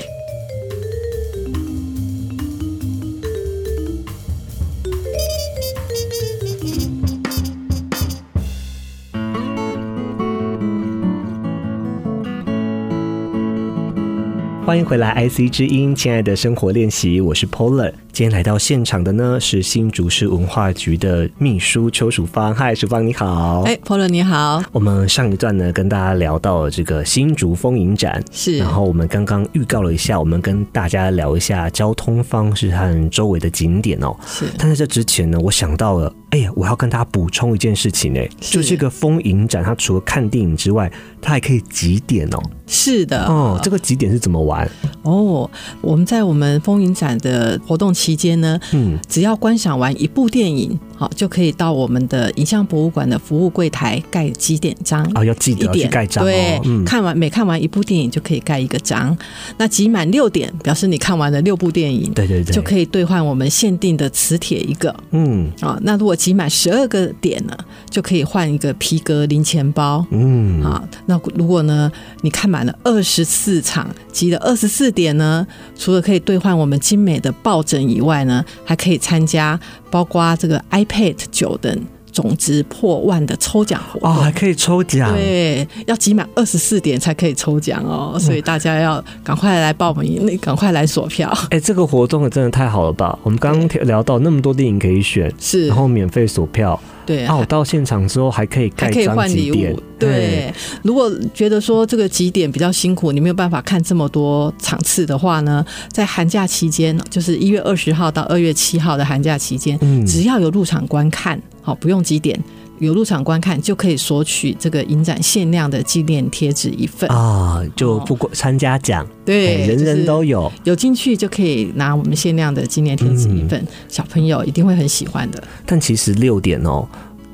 [SPEAKER 1] 欢迎回来，IC 之音，亲爱的生活练习，我是 Polar。今天来到现场的呢是新竹市文化局的秘书邱淑芳。嗨，淑芳你好。
[SPEAKER 2] 哎 p o l 你好，
[SPEAKER 1] 我们上一段呢跟大家聊到了这个新竹风影展，
[SPEAKER 2] 是
[SPEAKER 1] 然后我们刚刚预告了一下，我们跟大家聊一下交通方式和周围的景点哦。
[SPEAKER 2] 是
[SPEAKER 1] 但在这之前呢，我想到了，哎呀，我要跟大家补充一件事情哎，
[SPEAKER 2] 是
[SPEAKER 1] 就这个风影展，它除了看电影之外，它还可以集点哦。
[SPEAKER 2] 是的，
[SPEAKER 1] 哦，这个集点是怎么玩？
[SPEAKER 2] 哦，我们在我们风影展的活动期间呢，
[SPEAKER 1] 嗯，
[SPEAKER 2] 只要观赏完一部电影好就可以到我们的影像博物馆的服务柜台盖几点章
[SPEAKER 1] 啊，要记得
[SPEAKER 2] 一
[SPEAKER 1] 要去
[SPEAKER 2] 点
[SPEAKER 1] 盖章
[SPEAKER 2] 对
[SPEAKER 1] 哦，，嗯，
[SPEAKER 2] 看完每看完一部电影就可以盖一个章。那集满六点，表示你看完了六部电影，
[SPEAKER 1] 对对对，
[SPEAKER 2] 就可以兑换我们限定的磁铁一个
[SPEAKER 1] 嗯
[SPEAKER 2] 啊、那如果集满十二个点呢，就可以换一个皮革零钱包。
[SPEAKER 1] 嗯，
[SPEAKER 2] 啊，那如果呢，你看满了二十四场，集了二十四点呢，除了可以兑换我们精美的抱枕以外呢，还可以参加包括这个 iPad 九等总值破万的抽奖活
[SPEAKER 1] 哦，
[SPEAKER 2] 动。
[SPEAKER 1] 还可以抽奖，
[SPEAKER 2] 对，要集满二十四点才可以抽奖哦，所以大家要赶快来报名，那赶快来索票。
[SPEAKER 1] 哎，这个活动真的太好了吧！我们刚刚聊到那么多电影可以选，
[SPEAKER 2] 是
[SPEAKER 1] 然，后免费索票，
[SPEAKER 2] 对，
[SPEAKER 1] 啊，我到现场之后还可以
[SPEAKER 2] 还
[SPEAKER 1] 盖
[SPEAKER 2] 可以
[SPEAKER 1] 章
[SPEAKER 2] 换
[SPEAKER 1] 几
[SPEAKER 2] 礼
[SPEAKER 1] 点
[SPEAKER 2] 物，，对。如果觉得说这个几点比较辛苦，你没有办法看这么多场次的话呢，在寒假期间，就是一月二十号到二月七号的寒假期间，
[SPEAKER 1] 嗯
[SPEAKER 2] 只要有入场观看，好，不用几点。有入场观看就可以索取这个影展限量的纪念贴纸一份，
[SPEAKER 1] 啊，就不管参加奖，
[SPEAKER 2] 哦对，
[SPEAKER 1] 哎人
[SPEAKER 2] 就是
[SPEAKER 1] 人都有。
[SPEAKER 2] 有进去就可以拿我们限量的纪念贴纸一份，小朋友一定会很喜欢的。
[SPEAKER 1] 但其实六点哦，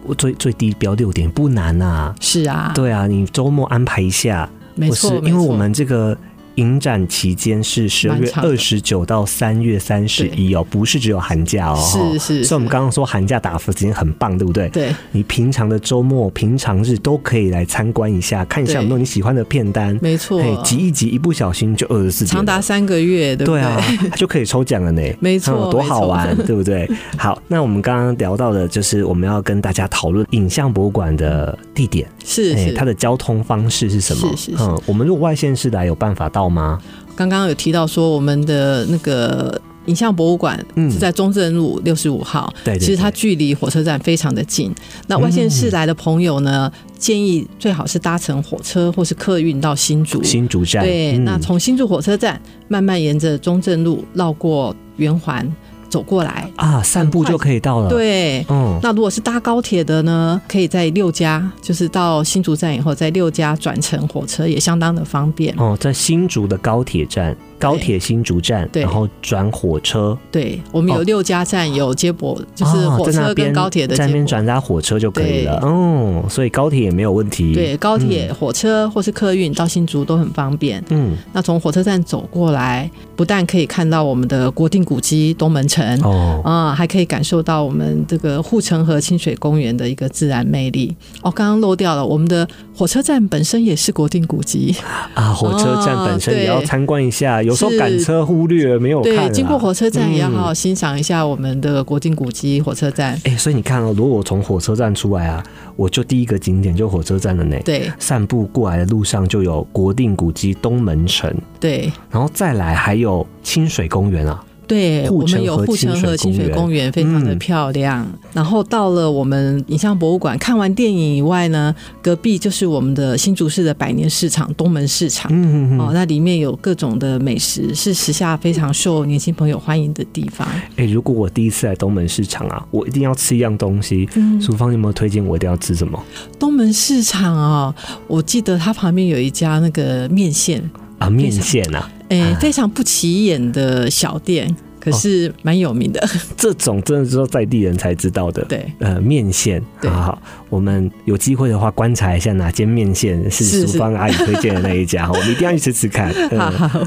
[SPEAKER 1] 我最最低标六点不难啊，
[SPEAKER 2] 是啊，
[SPEAKER 1] 对啊，你周末安排一下，
[SPEAKER 2] 没
[SPEAKER 1] 或是
[SPEAKER 2] 错，没
[SPEAKER 1] 因为
[SPEAKER 2] 错
[SPEAKER 1] 我们这个。影展期间是十二
[SPEAKER 2] 蛮
[SPEAKER 1] 月
[SPEAKER 2] 长的
[SPEAKER 1] 二十九到三月三十一哦，不是只有寒假哦。
[SPEAKER 2] 是是
[SPEAKER 1] 所以我们
[SPEAKER 2] 是
[SPEAKER 1] 刚刚说寒假打佛时间很棒，对不对？
[SPEAKER 2] 对
[SPEAKER 1] 你平常的周末、平常日都可以来参观一下，看一下有没有你喜欢的片单。
[SPEAKER 2] 没错，
[SPEAKER 1] 嘿，挤一挤，一不小心就二十四
[SPEAKER 2] 长达三个月，对不
[SPEAKER 1] 对
[SPEAKER 2] 对？
[SPEAKER 1] 啊，就可以抽奖了呢。
[SPEAKER 2] 没错
[SPEAKER 1] 嗯多
[SPEAKER 2] 没错
[SPEAKER 1] 好玩，对不对？好，那我们刚刚聊到的就是我们要跟大家讨论影像博物馆的地点，
[SPEAKER 2] 是
[SPEAKER 1] 嘿
[SPEAKER 2] 是，
[SPEAKER 1] 哎它的交通方式是什么？
[SPEAKER 2] 是是是
[SPEAKER 1] 嗯，我们如果外县市来，有办法到吗？
[SPEAKER 2] 刚刚有提到说我们的那个。影像博物馆
[SPEAKER 1] 嗯
[SPEAKER 2] 是在中正路六十五号，
[SPEAKER 1] 对对
[SPEAKER 2] 其实它
[SPEAKER 1] 对嗯
[SPEAKER 2] 距离火车站非常的近。那外县市来的朋友呢，建议最好是搭乘火车或是客运到新竹。
[SPEAKER 1] 新竹站，
[SPEAKER 2] 对，
[SPEAKER 1] 嗯
[SPEAKER 2] 那从新竹火车站慢慢沿着中正路绕过圆环走过来。
[SPEAKER 1] 啊，散步就可以到了。，
[SPEAKER 2] 对，
[SPEAKER 1] 嗯，
[SPEAKER 2] 那如果是搭高铁的呢，可以在六家，就是到新竹站以后，在六家转乘火车也相当的方便。
[SPEAKER 1] 哦，在新竹的高铁站，高铁新竹站，
[SPEAKER 2] 对
[SPEAKER 1] 然后转火车，
[SPEAKER 2] 对，我们有
[SPEAKER 1] 哦
[SPEAKER 2] 六家站有接驳，就是
[SPEAKER 1] 哦
[SPEAKER 2] 火
[SPEAKER 1] 在
[SPEAKER 2] 车
[SPEAKER 1] 那边
[SPEAKER 2] 跟高铁的
[SPEAKER 1] 在那
[SPEAKER 2] 接
[SPEAKER 1] 边
[SPEAKER 2] 驳。
[SPEAKER 1] 转搭火车就可以了。
[SPEAKER 2] 对
[SPEAKER 1] 哦，所以高铁也没有问题。，
[SPEAKER 2] 对，高铁、火车或是客运到新竹都很方便。
[SPEAKER 1] 嗯，
[SPEAKER 2] 那从火车站走过来，不但可以看到我们的国定古迹东门城，啊、
[SPEAKER 1] 哦，
[SPEAKER 2] 还可以感受到我们这个护城河清水公园的一个自然魅力。哦，刚刚漏掉了，我们的火车站本身也是国定古迹，
[SPEAKER 1] 啊，火车站本身也要参观一下，有时候赶车忽略没有看啊啦
[SPEAKER 2] 哦对，经过。火车站也要
[SPEAKER 1] 嗯
[SPEAKER 2] 好好欣赏一下我们的国定古迹火车站。
[SPEAKER 1] 哎、所以你看哦，如果我从火车站出来啊，我就第一个景点就火车站了呢。
[SPEAKER 2] 对
[SPEAKER 1] 散步过来的路上就有国定古迹东门城，
[SPEAKER 2] 对，
[SPEAKER 1] 然后再来还有清水公园啊。
[SPEAKER 2] 对，
[SPEAKER 1] 护
[SPEAKER 2] 我们
[SPEAKER 1] 城
[SPEAKER 2] 有
[SPEAKER 1] 河
[SPEAKER 2] 护
[SPEAKER 1] 清
[SPEAKER 2] 城
[SPEAKER 1] 水
[SPEAKER 2] 河清
[SPEAKER 1] 公
[SPEAKER 2] 水
[SPEAKER 1] 园
[SPEAKER 2] 公园，非常的
[SPEAKER 1] 嗯
[SPEAKER 2] 漂亮。然后到了我们影像博物馆，看完电影以外呢，隔壁就是我们的新竹市的百年市场东门市场。
[SPEAKER 1] 嗯，
[SPEAKER 2] 哦，那里面有各种的美食，是时下非常受年轻朋友欢迎的地方。
[SPEAKER 1] 哎、如果我第一次来东门市场啊，我一定要吃一样东西。
[SPEAKER 2] 嗯
[SPEAKER 1] 淑芳，你有没有推荐我一定要吃什么？
[SPEAKER 2] 东门市场哦，我记得它旁边有一家那个面线，
[SPEAKER 1] 啊，面线啊，
[SPEAKER 2] 诶，非常不起眼的小店，可是蛮有名的。
[SPEAKER 1] 这种真的只有在地人才知道的。
[SPEAKER 2] 对，
[SPEAKER 1] 呃，面线，
[SPEAKER 2] 对
[SPEAKER 1] 好好，我们有机会的话观察一下哪间面线
[SPEAKER 2] 是
[SPEAKER 1] 是
[SPEAKER 2] 是
[SPEAKER 1] 淑芳阿姨推荐的那一 家，我们一定要去吃吃看。嗯
[SPEAKER 2] 好，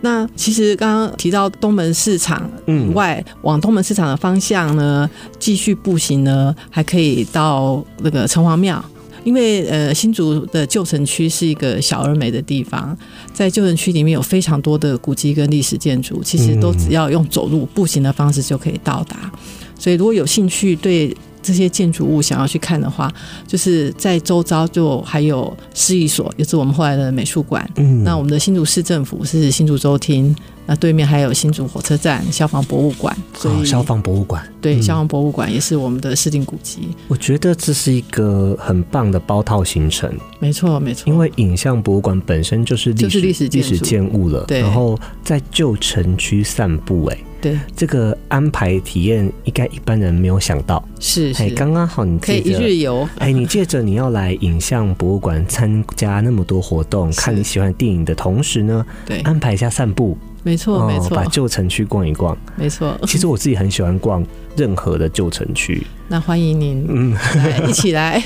[SPEAKER 2] 那其实刚刚提到东门市场以
[SPEAKER 1] 嗯，
[SPEAKER 2] 外，往东门市场的方向呢，继续步行呢，还可以到那个城隍庙。因为呃，新竹的旧城区是一个小而美的地方，在旧城区里面有非常多的古迹跟历史建筑，其实都只要用走路、步行的方式就可以到达。所以如果有兴趣对这些建筑物想要去看的话，就是在周遭就还有市役所，也是我们后来的美术馆，
[SPEAKER 1] 嗯
[SPEAKER 2] 那我们的新竹市政府是新竹州厅，那对面还有新竹火车站、消防博物馆，所以、
[SPEAKER 1] 哦，消防博物馆，
[SPEAKER 2] 对、
[SPEAKER 1] 嗯
[SPEAKER 2] 消防博物馆也是我们的市定古迹。
[SPEAKER 1] 我觉得这是一个很棒的包套行程，
[SPEAKER 2] 没错，没错，
[SPEAKER 1] 因为影像博物馆本身就是历
[SPEAKER 2] 就
[SPEAKER 1] 史
[SPEAKER 2] 是历史建筑
[SPEAKER 1] 建物了，
[SPEAKER 2] 对
[SPEAKER 1] 然后在旧城区散步、哎，
[SPEAKER 2] 对
[SPEAKER 1] 这个安排体验应该一般人没有想到，
[SPEAKER 2] 是
[SPEAKER 1] 哎，
[SPEAKER 2] 是
[SPEAKER 1] 刚刚好你
[SPEAKER 2] 可以
[SPEAKER 1] 记
[SPEAKER 2] 一
[SPEAKER 1] 得
[SPEAKER 2] 日游，
[SPEAKER 1] 哎，你借着你要来影像博物馆参加那么多活动，
[SPEAKER 2] 是
[SPEAKER 1] 看你喜欢的电影的同时呢，
[SPEAKER 2] 对
[SPEAKER 1] 安排一下散步，
[SPEAKER 2] 没错，哦没错
[SPEAKER 1] 啊哦把，旧城区逛一 逛。
[SPEAKER 2] 没错。
[SPEAKER 1] 其实我自己很喜欢逛任何的旧城区，
[SPEAKER 2] 那欢迎您
[SPEAKER 1] 嗯，
[SPEAKER 2] 来一 起来，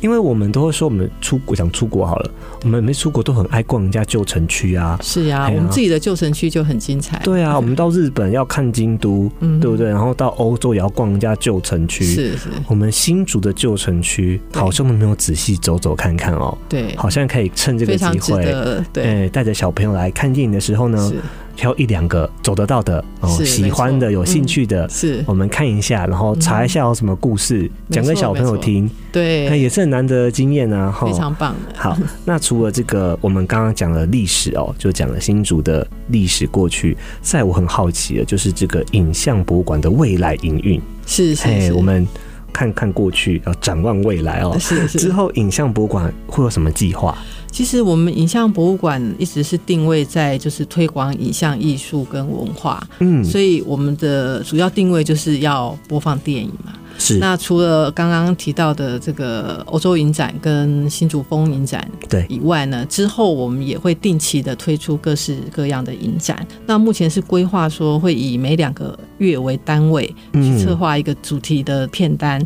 [SPEAKER 1] 因为我们都会说我们出国想出国好了，我们没出国都很爱逛人家旧城区啊。
[SPEAKER 2] 是呀、
[SPEAKER 1] 哎呀
[SPEAKER 2] 我们自己的旧城区就很精彩，
[SPEAKER 1] 对啊，我们到日本要看京都，
[SPEAKER 2] 嗯
[SPEAKER 1] 对不对？然后到欧洲也要逛人家旧城区。
[SPEAKER 2] 是是，
[SPEAKER 1] 我们新竹的旧城区
[SPEAKER 2] 对
[SPEAKER 1] 好像都没有仔细走走看看哦，
[SPEAKER 2] 对，
[SPEAKER 1] 好像可以趁这个
[SPEAKER 2] 非常
[SPEAKER 1] 机
[SPEAKER 2] 值
[SPEAKER 1] 会，
[SPEAKER 2] 得，对，
[SPEAKER 1] 哎带着小朋友来看电影的时候呢，
[SPEAKER 2] 是
[SPEAKER 1] 挑一两个走得到的哦，
[SPEAKER 2] 是
[SPEAKER 1] 喜欢的、有兴趣的，
[SPEAKER 2] 是，
[SPEAKER 1] 我们看一下，然后查一下有什么故事，
[SPEAKER 2] 没错
[SPEAKER 1] 讲给小朋友听，那
[SPEAKER 2] 对，
[SPEAKER 1] 也是很难得的经验啊！哈
[SPEAKER 2] 非，常棒的，
[SPEAKER 1] 好。那除了这个，我们刚刚讲了历史哦，就讲了新竹的历史过去。在我很好奇的，就是这个影像博物馆的未来营运。
[SPEAKER 2] 是是
[SPEAKER 1] 嘿，
[SPEAKER 2] 是，
[SPEAKER 1] 哎我们看看过去，要展望未来哦。
[SPEAKER 2] 是是
[SPEAKER 1] 之后影像博物馆会有什么计划？
[SPEAKER 2] 其实我们影像博物馆一直是定位在就是推广影像艺术跟文化，
[SPEAKER 1] 嗯，
[SPEAKER 2] 所以我们的主要定位就是要播放电影嘛。
[SPEAKER 1] 是
[SPEAKER 2] 那除了刚刚提到的这个欧洲影展跟新竹风影展
[SPEAKER 1] 对
[SPEAKER 2] 以外呢，之后我们也会定期的推出各式各样的影展。那目前是规划说会以每两个月为单位去
[SPEAKER 1] 嗯
[SPEAKER 2] 策划一个主题的片单，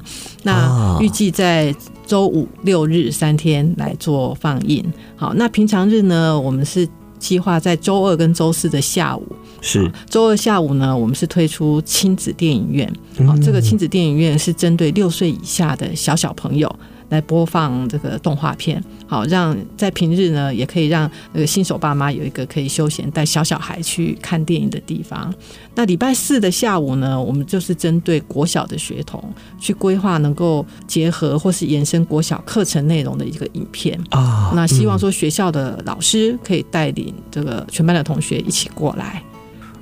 [SPEAKER 1] 啊
[SPEAKER 2] 那预计在。周五、六日三天来做放映。好，那平常日呢，我们是计划在周二跟周四的下午。
[SPEAKER 1] 是
[SPEAKER 2] 周二下午呢，我们是推出亲子电影院。好、
[SPEAKER 1] 嗯
[SPEAKER 2] 哦这个亲子电影院是针对六岁以下的小小朋友来播放这个动画片，好让在平日呢也可以让呃新手爸妈有一个可以休闲带小小孩去看电影的地方。那礼拜四的下午呢，我们就是针对国小的学童去规划能够结合或是延伸国小课程内容的一个影片。
[SPEAKER 1] 啊
[SPEAKER 2] 那希望
[SPEAKER 1] 嗯
[SPEAKER 2] 说学校的老师可以带领这个全班的同学一起过来，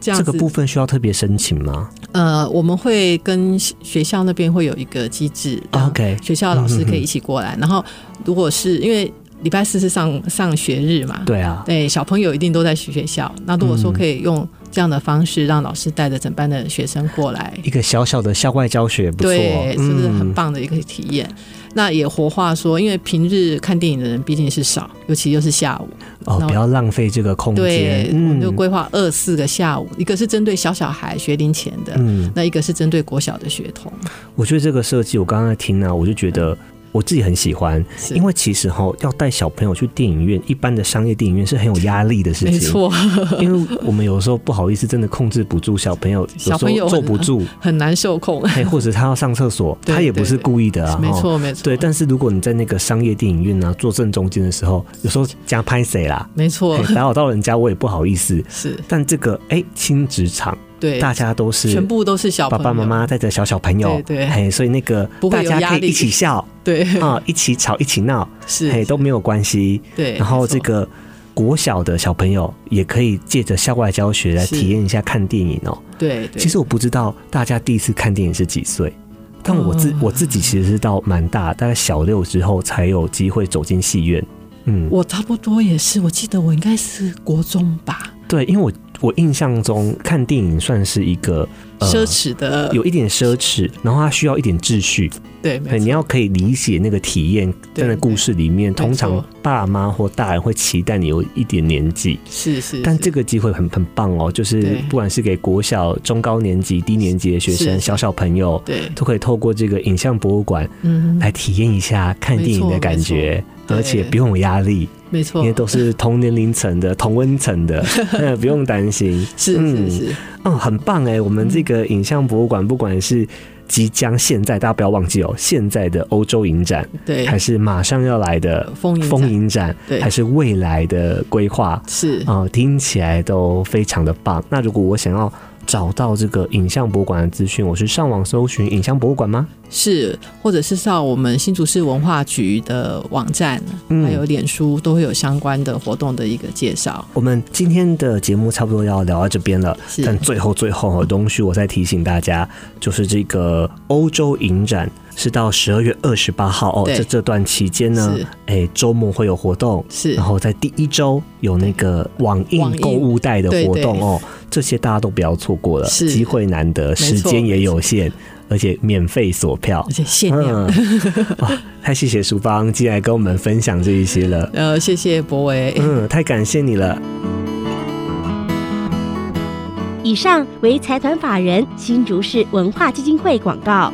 [SPEAKER 2] 这样
[SPEAKER 1] 这
[SPEAKER 2] 子
[SPEAKER 1] 个部分需要特别申请吗
[SPEAKER 2] 呃，我们会跟学校那边会有一个机制
[SPEAKER 1] 啊？OK，嗯
[SPEAKER 2] 学校老师可以一起过来。然后，如果是因为礼拜四是上上学日嘛，
[SPEAKER 1] 对啊，
[SPEAKER 2] 对，小朋友一定都在学校。那如果说可以用这样的方式，让老师带着整班的学生过来，
[SPEAKER 1] 一个小小的校外教学不错，
[SPEAKER 2] 对，是不是很
[SPEAKER 1] 嗯？
[SPEAKER 2] 棒的一个体验？那也活化说，因为平日看电影的人毕竟是少，尤其又是下午，
[SPEAKER 1] 哦，
[SPEAKER 2] 那
[SPEAKER 1] 不要浪费这个空间嗯
[SPEAKER 2] 对，，我们就规划二四个下午，一个是针对小小孩学龄前的，
[SPEAKER 1] 嗯，
[SPEAKER 2] 那一个是针对国小的学童。
[SPEAKER 1] 我觉得这个设计，我刚刚在听啊，我就觉
[SPEAKER 2] 嗯
[SPEAKER 1] 得。我自己很喜欢，
[SPEAKER 2] 是
[SPEAKER 1] 因为其实哈，要带小朋友去电影院，一般的商业电影院是很有压力的事情。
[SPEAKER 2] 没，错，
[SPEAKER 1] 因为我们有时候不好意思，真的控制不住小朋友，
[SPEAKER 2] 小朋友
[SPEAKER 1] 有时候坐不 住，
[SPEAKER 2] 很难受控。
[SPEAKER 1] 哎，或者他要上厕所，
[SPEAKER 2] 对
[SPEAKER 1] 他也不是故意的啊。
[SPEAKER 2] 没
[SPEAKER 1] 齁
[SPEAKER 2] 错，没错，
[SPEAKER 1] 对，但是如果你在那个商业电影院啊，坐正中间的时候，有时候加拍谁啦，
[SPEAKER 2] 没错
[SPEAKER 1] 哎，打扰到人家我也不好意思。
[SPEAKER 2] 是
[SPEAKER 1] 但这个哎，亲职场，
[SPEAKER 2] 对，
[SPEAKER 1] 大家都是
[SPEAKER 2] 全部都是小
[SPEAKER 1] 爸
[SPEAKER 2] 朋友
[SPEAKER 1] 爸妈妈带着小小朋友，
[SPEAKER 2] 对对
[SPEAKER 1] 嘿，所以那个
[SPEAKER 2] 不
[SPEAKER 1] 大
[SPEAKER 2] 会有
[SPEAKER 1] 家可
[SPEAKER 2] 压
[SPEAKER 1] 以
[SPEAKER 2] 力
[SPEAKER 1] 一起笑
[SPEAKER 2] 对，
[SPEAKER 1] 啊，一起吵，一起闹，嘿，
[SPEAKER 2] 是
[SPEAKER 1] 都没有关系。
[SPEAKER 2] 对。
[SPEAKER 1] 然后
[SPEAKER 2] 没错
[SPEAKER 1] 这个国小的小朋友也可以借着校外教学来
[SPEAKER 2] 是
[SPEAKER 1] 体验一下看电影哦。
[SPEAKER 2] 对对，
[SPEAKER 1] 其实我不知道大家第一次看电影是几岁，但我自、
[SPEAKER 2] 嗯
[SPEAKER 1] 我自己其实是到蛮大，大概小六之后才有机会走进戏院。嗯，
[SPEAKER 2] 我差不多也是，我记得我应该是国中吧，
[SPEAKER 1] 对，因为我我印象中看电影算是一个、
[SPEAKER 2] 奢侈的
[SPEAKER 1] 呃有一点奢侈，然后它需要一点秩序，
[SPEAKER 2] 对，
[SPEAKER 1] 对，
[SPEAKER 2] 没
[SPEAKER 1] 哎你
[SPEAKER 2] 错，
[SPEAKER 1] 要可以理解那个体验，在
[SPEAKER 2] 对
[SPEAKER 1] 那故事里面，
[SPEAKER 2] 对
[SPEAKER 1] 通常
[SPEAKER 2] 没错
[SPEAKER 1] 爸妈或大人会期待你有一点年纪，
[SPEAKER 2] 是是，
[SPEAKER 1] 但
[SPEAKER 2] 是
[SPEAKER 1] 这个机会很很棒哦，就是
[SPEAKER 2] 对
[SPEAKER 1] 不管是给国小、中高年级、低年级的学生、
[SPEAKER 2] 是
[SPEAKER 1] 小小朋友，
[SPEAKER 2] 对，
[SPEAKER 1] 都可以透过这个影像博物馆
[SPEAKER 2] 嗯，
[SPEAKER 1] 来体验一下看电影的感觉。
[SPEAKER 2] 没错
[SPEAKER 1] 而且
[SPEAKER 2] 对
[SPEAKER 1] 不用有压力，
[SPEAKER 2] 没错
[SPEAKER 1] 因为，都是同年龄层 的、同温层的， 嗯不用担心。
[SPEAKER 2] 是
[SPEAKER 1] 嗯
[SPEAKER 2] 是是，
[SPEAKER 1] 嗯，很棒哎！我们这个影像博物馆，不管是即将现在，大家不要忘记哦，现在的欧洲影展，
[SPEAKER 2] 对，
[SPEAKER 1] 还是马上要来的
[SPEAKER 2] 风影
[SPEAKER 1] 风
[SPEAKER 2] 展
[SPEAKER 1] 影展，
[SPEAKER 2] 对
[SPEAKER 1] 还是未来的规划
[SPEAKER 2] 是
[SPEAKER 1] 啊、听起来都非常的棒。那如果我想要找到这个影像博物馆的资讯，我是上网搜寻影像博物馆吗？
[SPEAKER 2] 是，或者是上我们新竹市文化局的网站，
[SPEAKER 1] 嗯
[SPEAKER 2] 还有脸书都会有相关的活动的一个介绍，
[SPEAKER 1] 我们今天的节目差不多要聊到这边了，
[SPEAKER 2] 是
[SPEAKER 1] 但最后最后哦，东旭，我再提醒大家，就是这个欧洲影展是到十二月二十八号哦，
[SPEAKER 2] 对
[SPEAKER 1] 这这段期间呢
[SPEAKER 2] 是，
[SPEAKER 1] 哎，周末会有活动。
[SPEAKER 2] 是
[SPEAKER 1] 然后在第一周有那个网
[SPEAKER 2] 网
[SPEAKER 1] 映
[SPEAKER 2] 映
[SPEAKER 1] 购物袋的
[SPEAKER 2] 对
[SPEAKER 1] 活动
[SPEAKER 2] 对
[SPEAKER 1] 哦，这些大家都不要错过了，
[SPEAKER 2] 是
[SPEAKER 1] 机会难得，时
[SPEAKER 2] 错
[SPEAKER 1] 间也
[SPEAKER 2] 没
[SPEAKER 1] 有限，而且免费索 票
[SPEAKER 2] 而。且限量。
[SPEAKER 1] 嗯， 哇太谢谢淑芳进来跟我们分享这一 些了。
[SPEAKER 2] 呃，谢谢博维。
[SPEAKER 1] 嗯，太感谢你了。
[SPEAKER 3] 以上为财团法人新竹市文化基金会广告。